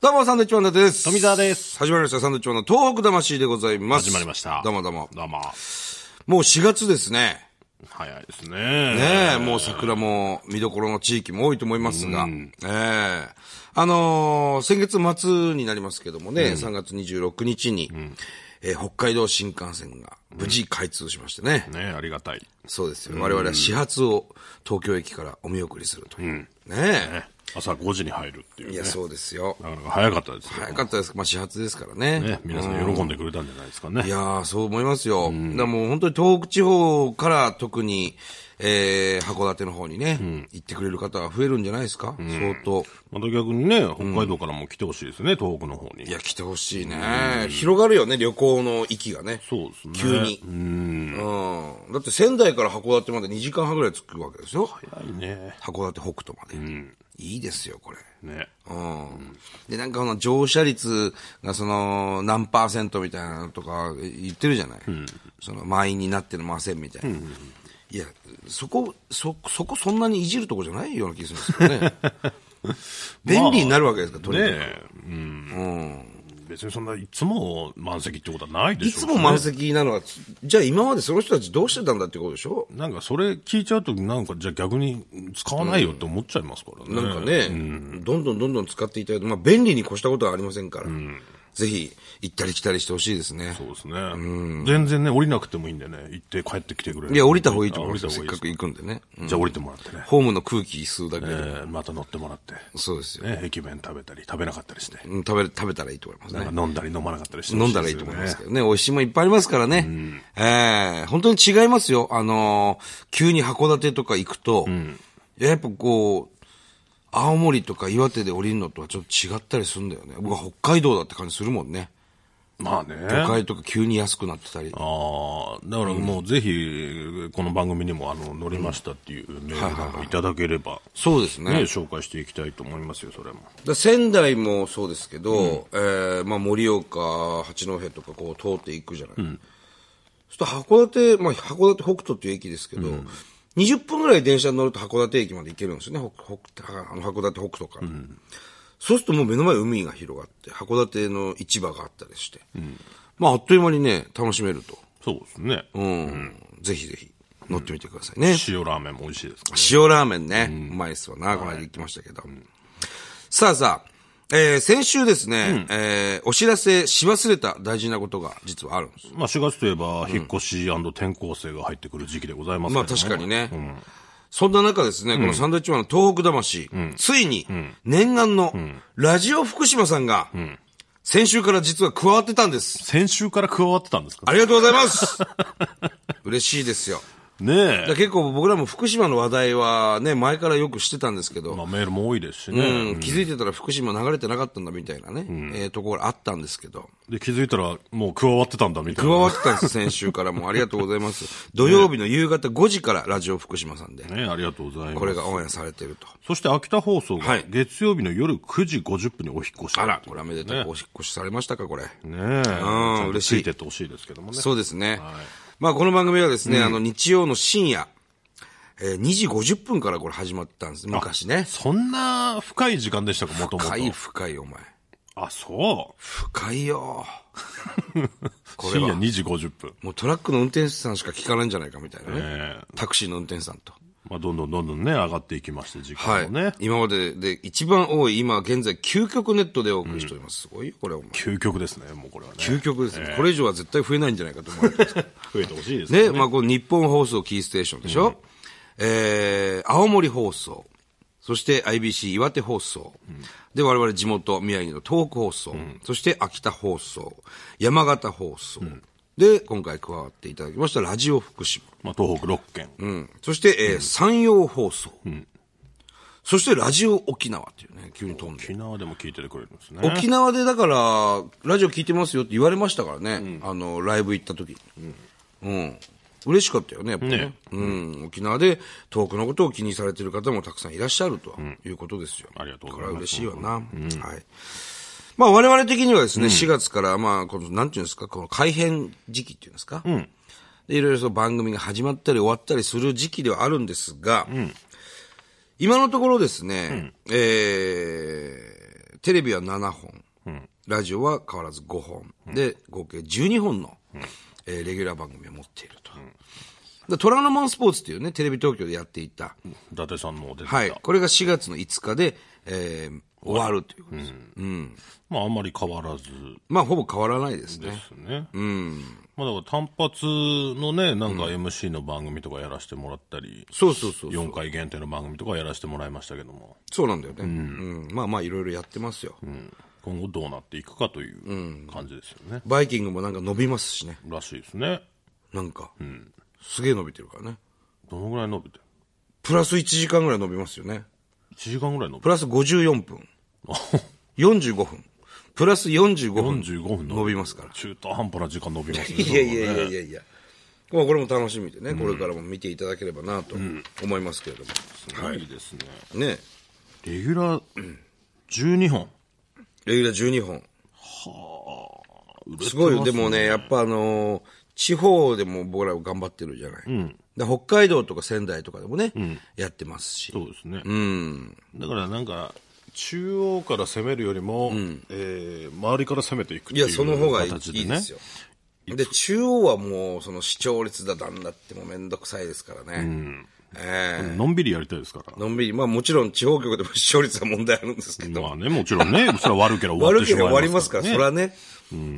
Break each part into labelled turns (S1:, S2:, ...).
S1: どうも、サンドイッチマン伊達です。
S2: 富澤です。
S1: 始まりました、サンドイッチマンの東北魂でございます。
S2: 始まりました。
S1: どうもどうも。
S2: どうも。
S1: もう4月ですね。
S2: 早いですね。
S1: ねえ、もう桜も見どころの地域も多いと思いますが、ええあのー先月末になりますけどもね、3月26日に、えー北海道新幹線が無事開通しましてね、
S2: ねえありがたい。
S1: そうですよ。我々は始発を東京駅からお見送りするという。ね
S2: ね朝5時に入るっていう、
S1: え。
S2: ね。
S1: いや、そうですよ。
S2: なかなか早かったですよ。
S1: 早かったです。まあ、始発ですからね。
S2: ね、皆さん喜んでくれたんじゃないですかね。
S1: いやー、そう思いますよ。だからもう本当に東北地方から特に、えー、函館の方にね、行ってくれる方が増えるんじゃないですか、相当。
S2: また逆にね、北海道からも来てほしいですね、東北の方に
S1: い。や、来てほしいね、広がるよね、旅行の域がね。
S2: そうですね。
S1: 急に、うん。だって仙台から函館まで2時間半ぐらい着くわけですよ。
S2: 早いね。
S1: 函館北斗まで、いいですよ、これ。
S2: ね。
S1: うんで、なんかこの乗車率がその何パーセントみたいなのとか言ってるじゃない、その満員になってませんみたいな。いや、そこ、そ、そこそんなにいじるとこじゃないような気がするんですけどね。 便利になるわけですから、と
S2: ね
S1: にかく。
S2: え、うん。別にそんないつも満席ってことはないで
S1: い
S2: しょう
S1: つ
S2: しね
S1: も満席なのは、じゃあ今までその人たちどうしてたんだってことでしょ
S2: なんかそれ聞いちゃうと、なんかじゃあ逆に使わないよって思っちゃいますからね。
S1: なんかね、どんどんどんどん使っていただいて、まあ便利に越したことはありませんから、ぜひ行ったり来たりしてほしいですね。
S2: そうですね。全然ね、降りなくてもいいんでね、行って帰ってきてくれる。
S1: いや、降りた方がいいと思い
S2: あ
S1: ま
S2: 降
S1: すよ。
S2: りた
S1: せっ
S2: 方がい
S1: か
S2: い
S1: く行くんでね。
S2: ですじゃあ降りてもらってね。
S1: ホームの空気吸うだけで、
S2: えーまた乗ってもらって、
S1: そうですよ、
S2: ね、駅弁食べたり、食べなかったりして、
S1: うん食べる。食べたらいいと思います
S2: な
S1: ね。
S2: んか飲んだり飲まなかったりして、
S1: 飲んだらいいと思いますけ
S2: ど。
S1: どね。美味しいもんいっぱいありますからね。ええ本当に違いますよ。あのー急に函館とか行くと、やっぱこう、青森とか岩手で降りるのとはちょっと違ったりするんだよね。僕は北海道だって感じするもんね。
S2: まあね。
S1: 都会とか急に安くなってたり。
S2: ああ、だからもうぜひ、この番組にもあの乗りましたっていうメールなんかいただければ、
S1: そうです
S2: ね、
S1: ね。
S2: 紹介していきたいと思いますよ、それも。
S1: だ仙台もそうですけど、えーまあ、盛岡、八戸とかこう通っていくじゃない、そうすると函館、まあ、函館北斗っていう駅ですけど、20分ぐらい電車に乗ると函館駅まで行けるんですよね、北北あの函館北斗から、そうするともう目の前海が広がって、函館の市場があったりして、まあ、あっという間にね、楽しめると。
S2: そうですね。
S1: うんぜひぜひ乗ってみてくださいね。
S2: 塩ラーメンも美味しいですから
S1: 塩ラーメンね。うまいっすわな。この間行きましたけど。さあさあ、えー先週ですね、えーお知らせし忘れた大事なことが実はあるんです。
S2: まあ4月といえば、引っ越し転校生が入ってくる時期でございます
S1: ま
S2: け
S1: あ
S2: ど、ね。
S1: 確かにね。そんな中ですね、このサンドウィッチマンの東北魂、ついに、念願のラジオ福島さんが、先週から実は加わってたんです。
S2: 先週から加わってたんですか
S1: ありがとうございます 嬉しいですよ。
S2: ね
S1: だか
S2: え
S1: ら。結構僕らも福島の話題はね、前からよくしてたんですけど、
S2: まあメールも多いですしね。
S1: うん、気づいてたら福島流れてなかったんだみたいなね、えーところあったんですけど、
S2: で、気づいたらもう加わってたんだみた
S1: 加
S2: いな。
S1: わってたんです、先週からもうありがとうござい ます。土曜日の夕方5時からラジオ福島さんで、
S2: ねえありがとうございます。
S1: これがオンエアされてると。
S2: そして秋田放送
S1: は
S2: が
S1: い
S2: 月曜日の夜9時50分にお引っ越し
S1: あら、これはめでたくお引っ越しされましたか、これ。
S2: ねえ。ちゃんと
S1: 嬉しい
S2: ついてってほしいですけどもね。
S1: そうですね。まあ、この番組はですね、あの、日曜の深夜、えー2時50分からこれ始まったんです、昔ね。
S2: そんな深い時間でしたか、もともと
S1: 深。い深い、お前。
S2: あ、そ
S1: 深いよ。
S2: う。
S1: れ
S2: 深
S1: は
S2: 夜2時50分。
S1: もうトラックの運転手さんしか聞かないんじゃないかみたいなね。
S2: ええ
S1: タクシーの運転手さんと。
S2: まあ、どんどんどんどんね、上がっていきまして、時
S1: は
S2: 間
S1: い。
S2: もね。
S1: 今までで一番多い、今現在、究極ネットでお送りしております。すごいよ、これはもう。
S2: 究極ですね、もうこれはね。
S1: 究極ですね、これ以上は絶対増えないんじゃないかと思われてます。
S2: 増えてほしいですね。
S1: ね、まあ、この日本放送キーステーションでしょ、えー、青森放送、そして IBC 岩手放送、で、我々地元宮城の東北放送、そして秋田放送、山形放送、で、今回加わっていただきましたラジオ福島。
S2: まあ、東北6県。
S1: うんそして、えー山陽放送。そして、ラジオ沖縄っていうね、急に飛んで。
S2: 沖縄でも聞いててくれるんですね。
S1: 沖縄でだから、ラジオ聞いてますよって言われましたからね。あの、ライブ行った時に。うん。嬉しかったよね、やっぱね。
S2: ね
S1: うん。沖縄で遠くのことを気にされてる方もたくさんいらっしゃるということですよ。
S2: ありがとうご
S1: こ
S2: ざい
S1: れ
S2: ま
S1: は嬉
S2: す
S1: しいわな。はい。まあ我々的にはですね、4月から、まあ、この、なんていうんですか、この改編時期っていうんですか。でいろいろその番組が始まったり終わったりする時期ではあるんですが、今のところですね、えーテレビは7本、ラジオは変わらず5本、で、合計12本の、えーレギュラー番組を持っていると。で虎ノ門スポーツっていうね、テレビ東京でやっていた、
S2: 伊達さんの出てきた。
S1: はい、これが4月の5日で、えー終わるということです。
S2: まあ、あんまり変わらず
S1: まあ、ほぼ変わらないですね
S2: で。すね。まあ、だから単発のね、なんか MC の番組とかやらせてもらったり、
S1: そうそうそうそう。
S2: 4回限定の番組とかやらせてもらいましたけども、
S1: そうなんだよね。うん。まあまあ、いろいろやってますよ。
S2: うん今後どうなっていくかという感じですよね。
S1: バイキングもなんか伸びますしね。
S2: らしいですね。
S1: なんか。すげえ伸びてるからね。
S2: どのぐらい伸びてる
S1: プラス1時間ぐらい伸びますよね。
S2: ?1 時間ぐらい伸
S1: プ
S2: びてる
S1: ラス54分。45分。プラス45分。
S2: 45分
S1: 伸びますから。
S2: 中途半端な時間伸びますね。
S1: いやいやいやいやいや。まあこれも楽しみでね、これからも見ていただければなと思いますけれども。
S2: すごいですね。
S1: ね
S2: レギュラー12本。
S1: レギュラー12本。
S2: 売れてます
S1: ごい、でもね、やっぱあのー地方でも僕らは頑張ってるじゃない。で北海道とか仙台とかでもね、やってますし。
S2: そうですね。だからなんか、中央から攻めるよりも、えー周りから攻めていくって
S1: い
S2: いう
S1: や、その方がいい
S2: 形
S1: い
S2: で
S1: い
S2: ね。
S1: ですよ。で、中央はもう、その視聴率だなんだってもうめんどくさいですからね。え
S2: のんびりやりたいですから
S1: え。のんびり、まあもちろん地方局でも視聴率は問題あるんですけど、
S2: まあね、もちろんね、 それは悪ければ終わっ
S1: 悪
S2: て
S1: け
S2: し
S1: れば
S2: ま
S1: 終わ
S2: い
S1: り
S2: ま
S1: ますすから
S2: か
S1: ら、
S2: ね。
S1: それはね。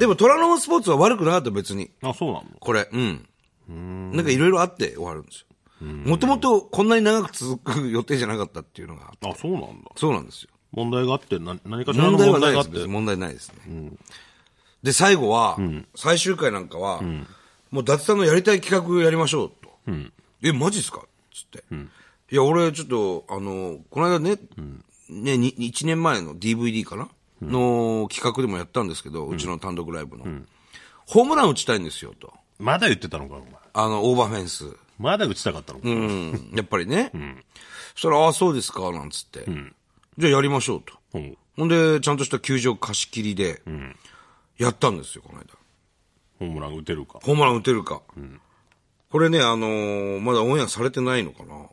S1: でも、虎ノ門スポーツは悪くなかった別に。
S2: あ、そうなの
S1: これ、うん。なんかいろいろあって終わるんですよ。もともとこんなに長く続く予定じゃなかったっていうのが、
S2: あ、そうなんだ。
S1: そうなんですよ。
S2: 問題があって、な何かしらの
S1: 問題は
S2: 問
S1: ない
S2: 題が
S1: で
S2: あっ
S1: す
S2: て
S1: 別に。問題ないですね。で、最後は、最終回なんかは、もう伊達さんのやりたい企画やりましょうと。え、マジっすかつって、いや、俺ちょっと、あの、この間ね、ね、に1年前の DVD かな、の企画でもやったんですけど、うちの単独ライブの、ホームラン打ちたいんですよと。
S2: まだ言ってたのか、お前。
S1: あの、オーバーフェンス。
S2: まだ打ちたかったのか。
S1: うん、やっぱりね。そしたら、ああ、そうですか、なんつって。じゃあやりましょうと。
S2: うん
S1: ほんで、ちゃんとした球場貸し切りで、やったんですよ、この間。
S2: ホームラン打てるか。
S1: ホームラン打てるか。これね、あのーまだオンエアされてないのかな。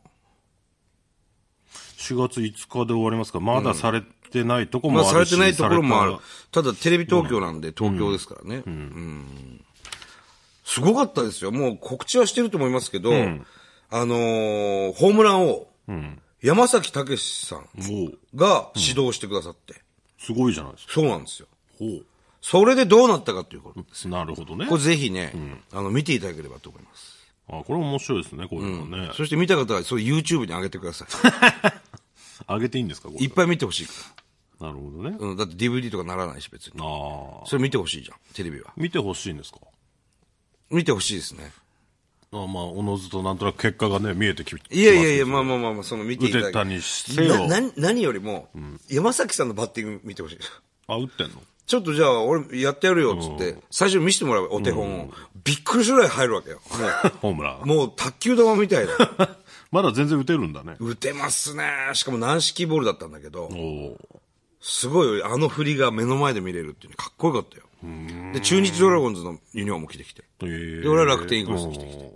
S2: 4月5日で終わりますから、まだされてないとこ
S1: まあ、
S2: もあ
S1: され
S2: るし、
S1: てないところもある
S2: さ
S1: た
S2: れ。
S1: だ、テレビ東京なんで、東京ですからね。うんすごかったですよ。もう告知はしてると思いますけど、あのーホームランを、山崎武史さん
S2: た。もう、
S1: が指導してくださって。
S2: すごいじゃないですか。
S1: そうなんですよ。
S2: ほう。
S1: それでどうなったかということ。
S2: なるほどね。
S1: これぜひね、あの、見ていただければと思います。
S2: あ、これ面白いですね、こういうのね。
S1: そして見た方は、それ YouTube に上げてくださ
S2: 上げていいんですか、こ
S1: い。い
S2: れ
S1: っ。ぱい見てほしいか
S2: なるほどね。
S1: ら。うん、だって DVD とかならないし、別に。
S2: ああ。
S1: それ見てほしいじゃん、テレビは。
S2: 見てほしいんですか
S1: 見てほしいですね。
S2: あまあ、おのずとなんとなく結果がね、見えてきて。
S1: いやいやいや、まあまあまあまあ、その見ていただ
S2: 腕
S1: いて。
S2: たにせよ。
S1: なな何よりも、山崎さんのバッティング見てほしい。
S2: あ、打ってんの
S1: ちょっとじゃあ、俺やってやるよ、つって、最初見せてもらう、お手本を。びっくりするぐらい入るわけ よ。
S2: ホームラ
S1: も
S2: ン。
S1: う、もう卓球玉みたいな。
S2: まだ全然打てるんだね。
S1: 打てますね。しかも軟式ボールだったんだけど
S2: お、お。
S1: すごいあの振りが目の前で見れるっていうのかっこよかったよ。で、中日ドラゴンズのユニフォーム着てきて。
S2: えー
S1: で、俺は楽天イーグルス着てきて。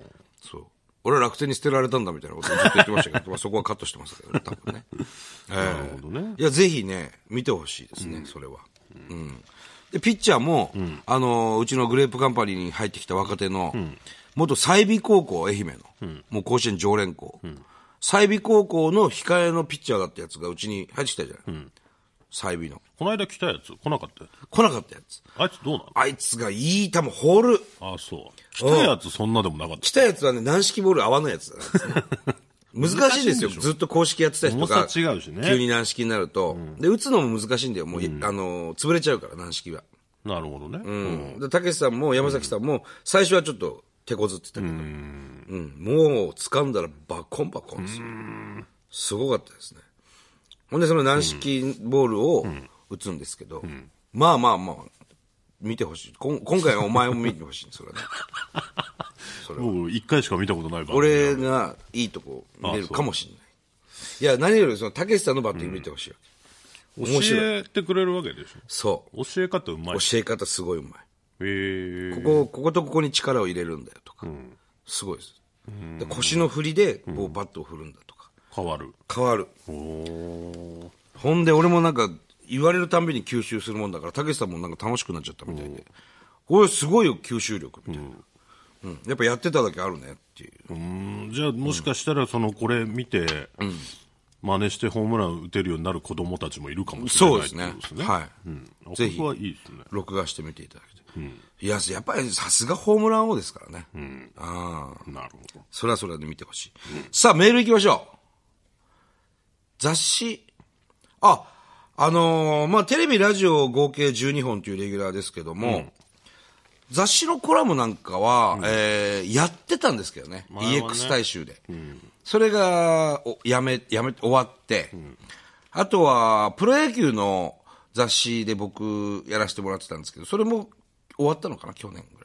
S1: そう。俺は楽天に捨てられたんだみたいなことをずっと言ってましたけど、まあそこはカットしてますけどね、多分ね。
S2: なるほどね。
S1: いや、ぜひね、見てほしいですね、それは。うん。で、ピッチャーも、あの、うちのグレープカンパニーに入ってきた若手の、元済美高校、愛媛の、もう甲子園常連校。済美高校の控えのピッチャーだったやつがうちに入ってきたじゃない。済美の。
S2: この間来たやつ、来なかったやつ。
S1: 来なかったやつ。
S2: あいつどうな
S1: あいつがいい球放る。
S2: のあ、そう。来たやつそんなでもなかった。
S1: 来たやつはね、軟式ボール合わないやつ だ、難しいですよ。ずっと公式やってた人が、
S2: 重さ違うしね
S1: 急に軟式になると、で、打つのも難しいんだよ。もう、あの、潰れちゃうから、軟式は。
S2: なるほどね。
S1: うん。で、たけしさんも山崎さんも、最初はちょっと手こずってたけど、うん。もう、掴んだらバコンバコンですよ。すごかったですね。ほんで、その軟式ボールを打つんですけど、まあまあまあ、見てほしい。こん今回はお前も見てほしい。それはね。
S2: 僕、一回しか見たことない番組。
S1: 俺がいいとこ見れるかもしれない。いや、何よりその、たけしさんのバッティング見てほしいわけ。面
S2: 教
S1: 白
S2: えてくれるわけでし
S1: そう。
S2: ょ。教え方うまい。
S1: 教え方すごいうま
S2: えー、
S1: い。ここ、こことここに力を入れるんだよとか。すごいです。で腰の振りで、こう、バットを振るんだとか。
S2: 変わる。
S1: 変わる。
S2: おー
S1: ほんで、俺もなんか、言われるたんびに吸収するもんだから、たけしさんもなんか楽しくなっちゃったみたいで。これすごいよ、吸収力みたいな。うん。やっぱやってただけあるねっていう。
S2: うんじゃあもしかしたらそのこれ見て、真似してホームラン打てるようになる子供たちもいるかもしれな
S1: そ
S2: い
S1: うですね
S2: ってことですね
S1: はい
S2: うん、
S1: ぜひ
S2: 僕はいいですね
S1: 録画してみていただけて。いや、やっぱりさすがホームラン王ですからね。ああ。
S2: なるほど
S1: それはそれで見てほしい。さあ、メール行きましょう。雑誌。あ、あのーまあ、テレビ、ラジオ合計12本というレギュラーですけども、雑誌のコラムなんかは、えーやってたんですけどね。
S2: 前はね
S1: EX 大衆で。それが、おやめ、やめ、終わって、あとは、プロ野球の雑誌で僕、やらせてもらってたんですけど、それも終わったのかな、去年ぐ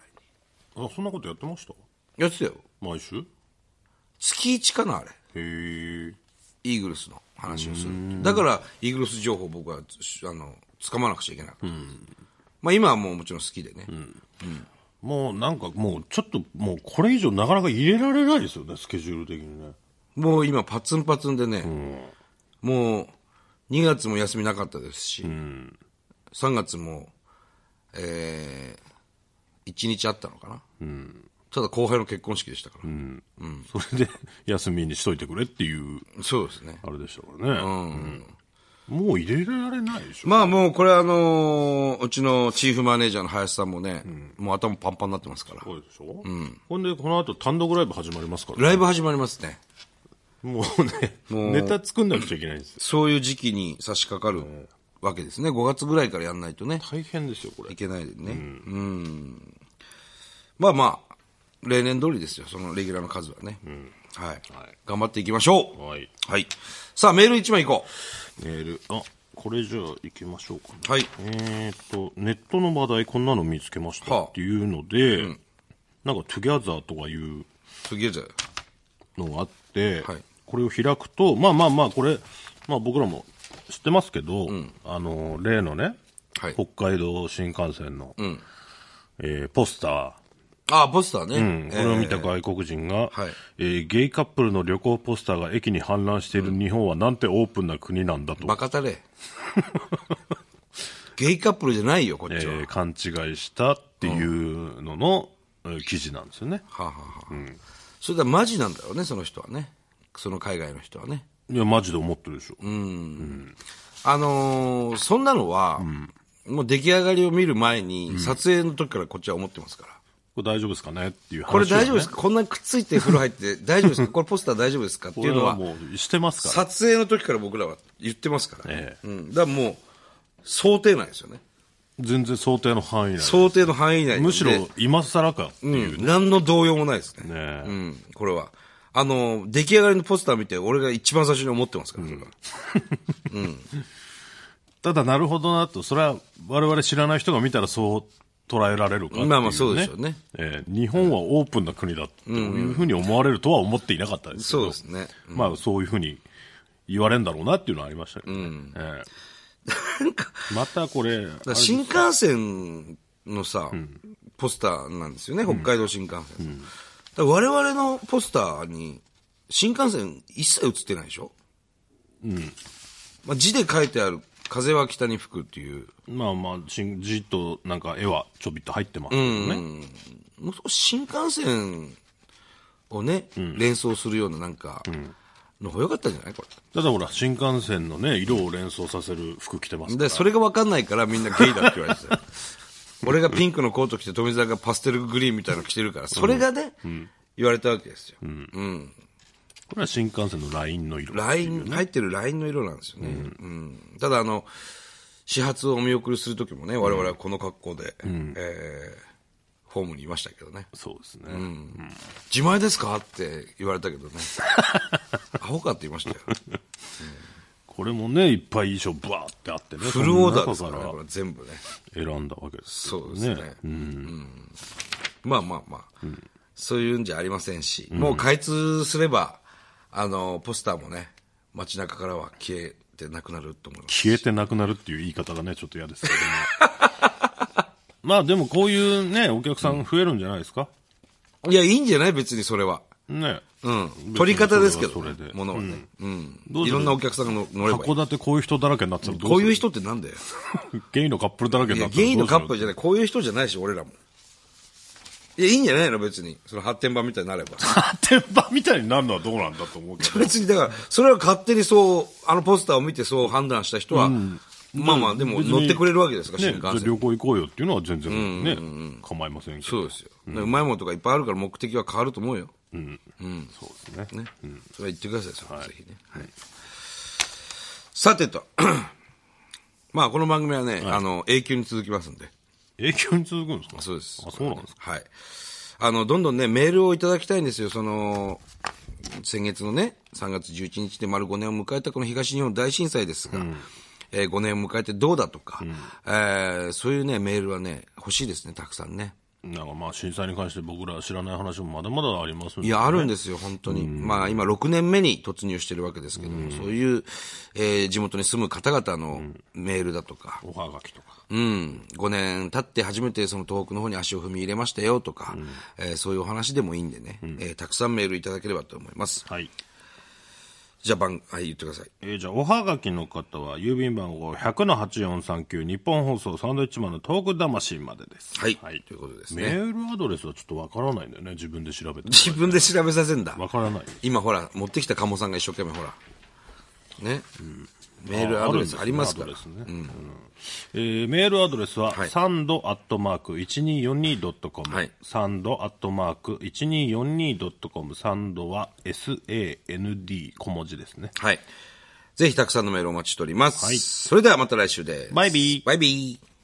S1: らい
S2: あそんなことやってました
S1: に。やってたよ。
S2: 毎週へ
S1: 月1かな、あれ。
S2: え
S1: イーグルスの話をする。だから、イーグルス情報を僕は、しあの、掴まなくちゃいけなかった。まあ今はもうもちろん好きでね。
S2: もうなんかもうちょっともうこれ以上なかなか入れられないですよねスケジュール的にね
S1: もう今パツンパツンでね、もう2月も休みなかったですし、3月も、えー、1日あったのかな。ただ後輩の結婚式でしたから。
S2: それで休みにしといてくれっていう
S1: そうですね。
S2: あれでしたからね、うんもう入れられないでしょ、
S1: まあもうこれあのーうちのチーフマネージャーの林さんもね、もう頭パンパンになってますから。
S2: そうでしょ、ほんでこの後単独ライブ始まりますから
S1: ライブ始まりますね。
S2: もうねネタ作んなくちゃいけないんですよ
S1: そういう時期に差し掛かるわけですね。5月ぐらいからやんないとね、
S2: 大変ですよこれ
S1: いけないでね。うん。まあまあ、例年通りですよ、そのレギュラーの数はね。はい、頑張っていきましょう。
S2: はい
S1: はい。さあ、メール1枚いこ
S2: メールあこれじゃあ行きましょうかね
S1: う。はい。
S2: えーっとネットの話題こんなの見つけまし
S1: は
S2: た
S1: あ
S2: っていうので、なんか「トゥギャザー」とかいう
S1: 次はじゃあ
S2: のがあって、
S1: はい
S2: これを開くとまあまあまあこれ、まあ、僕らも知ってますけど、あの例のね、
S1: はい
S2: 北海道新幹線の、えーポスター
S1: ああ、ポスターね。
S2: うんこれを見た外国人が、
S1: はい
S2: えーゲイカップルの旅行ポスターが駅に氾濫している日本はなんてオープンな国なんだと、
S1: バカた れ。ゲイカップルじゃないよ、こっ
S2: え
S1: ちは。
S2: ー勘違いしたっていうのの、えー記事なんですよね。
S1: はあ、はあはあそれだマジなんだろうね、その人はね。その海外の人はね。
S2: いや、マジで思ってるでしょ。
S1: あのーそんなのは、もう出来上がりを見る前に、撮影の時からこっちは思ってますから。
S2: これ大丈夫ですかねっていう話、ね。
S1: これ大丈夫ですか、こんなにくっついて風呂入って、大丈夫です かこれポスター大丈夫ですかって
S2: こ
S1: い
S2: れ
S1: うの
S2: は
S1: は、
S2: もうしてますから。
S1: 撮影の時から僕らは言ってますから。
S2: ええ
S1: うん。だからもう、想定内ですよね。
S2: 全然想定の範囲内。
S1: 想定の範囲内なんで
S2: むしろ、今更か。
S1: うん、何の動揺もないですね。
S2: ね
S1: うん、これは。あの、出来上がりのポスター見て、俺が一番最初に思ってますから、それは
S2: ただ、なるほどなと、それは我々知らない人が見たらそう捉えられるかっていう、ね。
S1: まあまあそうでしょうね
S2: ええ日本はオープンな国だっていうふうに思われるとは思っていなかったですけど。
S1: そうですね。
S2: まあそういうふうに言われるんだろうなっていうのはありましたけどね。ええまたこれ、
S1: だから新幹線のさ、ポスターなんですよね、北海道新幹線。だから我々のポスターに、新幹線一切映ってないでしょまあ、字で書いてある、風は北に吹くっていう、
S2: まあまあ、しんじっとなんか絵はちょびっと入ってますけどね。
S1: もう少し新幹線をね、連想するようななんか、の方が良かったんじゃないこれ。
S2: ただほら、新幹線のね、色を連想させる服着てます
S1: で、
S2: から。
S1: それが分かんないからみんなゲイだって言われてたよ俺がピンクのコート着て、富澤がパステルグリーンみたいなの着てるから、それがね、言われたわけですよ。
S2: これは新幹線のラインの色。
S1: ライン、入ってるラインの色なんですよね。うんただ、あの、始発をお見送りする時もね、我々はこの格好で、えーホームにいましたけどね。
S2: そうですね。
S1: 自前ですかって言われた けどね。アホかって言いました よ。
S2: これもね、いっぱい衣装バーってあってね。
S1: フルオーダーです
S2: そ
S1: か
S2: の
S1: らね、こ
S2: 中
S1: れ全部ね。
S2: ら選んだわけですけ
S1: そ
S2: ど
S1: うで
S2: ね。
S1: すね。うんまあまあまあ、そういうんじゃありませんし、もう開通すれば、あの、ポスターもね、街中からは消えてなくなると思います。
S2: 消えてなくなるっていう言い方がね、ちょっと嫌ですけども。 まあでもこういうね、お客さん増えるんじゃないですか、
S1: いや、いいんじゃない別にそれは。
S2: ね。
S1: うん。取り方ですけど
S2: それ
S1: ね
S2: はそれで、
S1: ものはね。うん。
S2: どうす
S1: い
S2: る
S1: ろんなお客さんが乗乗ればいい
S2: 函。館こういう人だらけになってたらどう
S1: こういう
S2: 人
S1: 人ってなんだよ。
S2: ゲイのカップルだらけ
S1: い
S2: にな
S1: や、
S2: ったらどうする
S1: ゲイのカップルじゃない。こういう人じゃないし、俺らも。いや、いいんじゃないの別に。その発展版みたいになれば。
S2: 発展場みたいになるのはどうなんだと思うけど。
S1: 別に、だから、それは勝手にそう、あのポスターを見てそう判断した人は、まあまあ、でも
S2: 別に
S1: 乗ってくれるわけですから、
S2: ね、
S1: 新
S2: じゃあ
S1: 幹線。
S2: 旅行行こうよっていうのは全然ね、構いませんけど。
S1: そうですよ。うまいものとかいっぱいあるから目的は変わると思うよ。
S2: そうですね。
S1: ね。それは言ってください、それはぜひね。
S2: はい
S1: さてと、 まあ、この番組はね、あの、永久に続きますんで。
S2: 永久に続くんですか
S1: そうです
S2: あ、そうなんですか
S1: はい。あの、どんどんね、メールをいただきたいんですよ。その、先月のね、3月11日で丸5年を迎えたこの東日本大震災ですが、え5年を迎えてどうだとか、えーそういうね、メールはね、欲しいですね、たくさんね。
S2: なんかまあ震災に関して僕ら知らない話もまだまだありますんで
S1: いや、あるんですよ、本当に。まあ、今、6年目に突入してるわけですけども、そういう、えー地元に住む方々のメールだとか、
S2: おはがきとか。
S1: うん、5年経って初めてその東北の方に足を踏み入れましたよとか、えーそういうお話でもいいんでね、えーたくさんメールいただければと思います。
S2: はい。
S1: じゃあ、番、はい、言ってください。
S2: えーじゃあ、おはがきの方は、郵便番号100-8439、日本放送サンドイッチマンのトーク魂までです。
S1: はいということですね
S2: メールアドレスはちょっとわからないんだよね、自分で 調べて。
S1: 自分で調べさせんだ。
S2: わからない。
S1: 今ほら、持ってきた鴨さんが一生懸命ほら、ね、メールアドレスありますから。
S2: あるんですねアドレスねえーメールアドレスは、
S1: はい
S2: サンドアットマーク 1242.com、
S1: はい
S2: サンドアットマーク 1242.com、サンドは SAND 小文字ですね。
S1: はい。ぜひたくさんのメールお待ちしております。
S2: はい
S1: それではまた来週です。
S2: バイビー
S1: バイビー。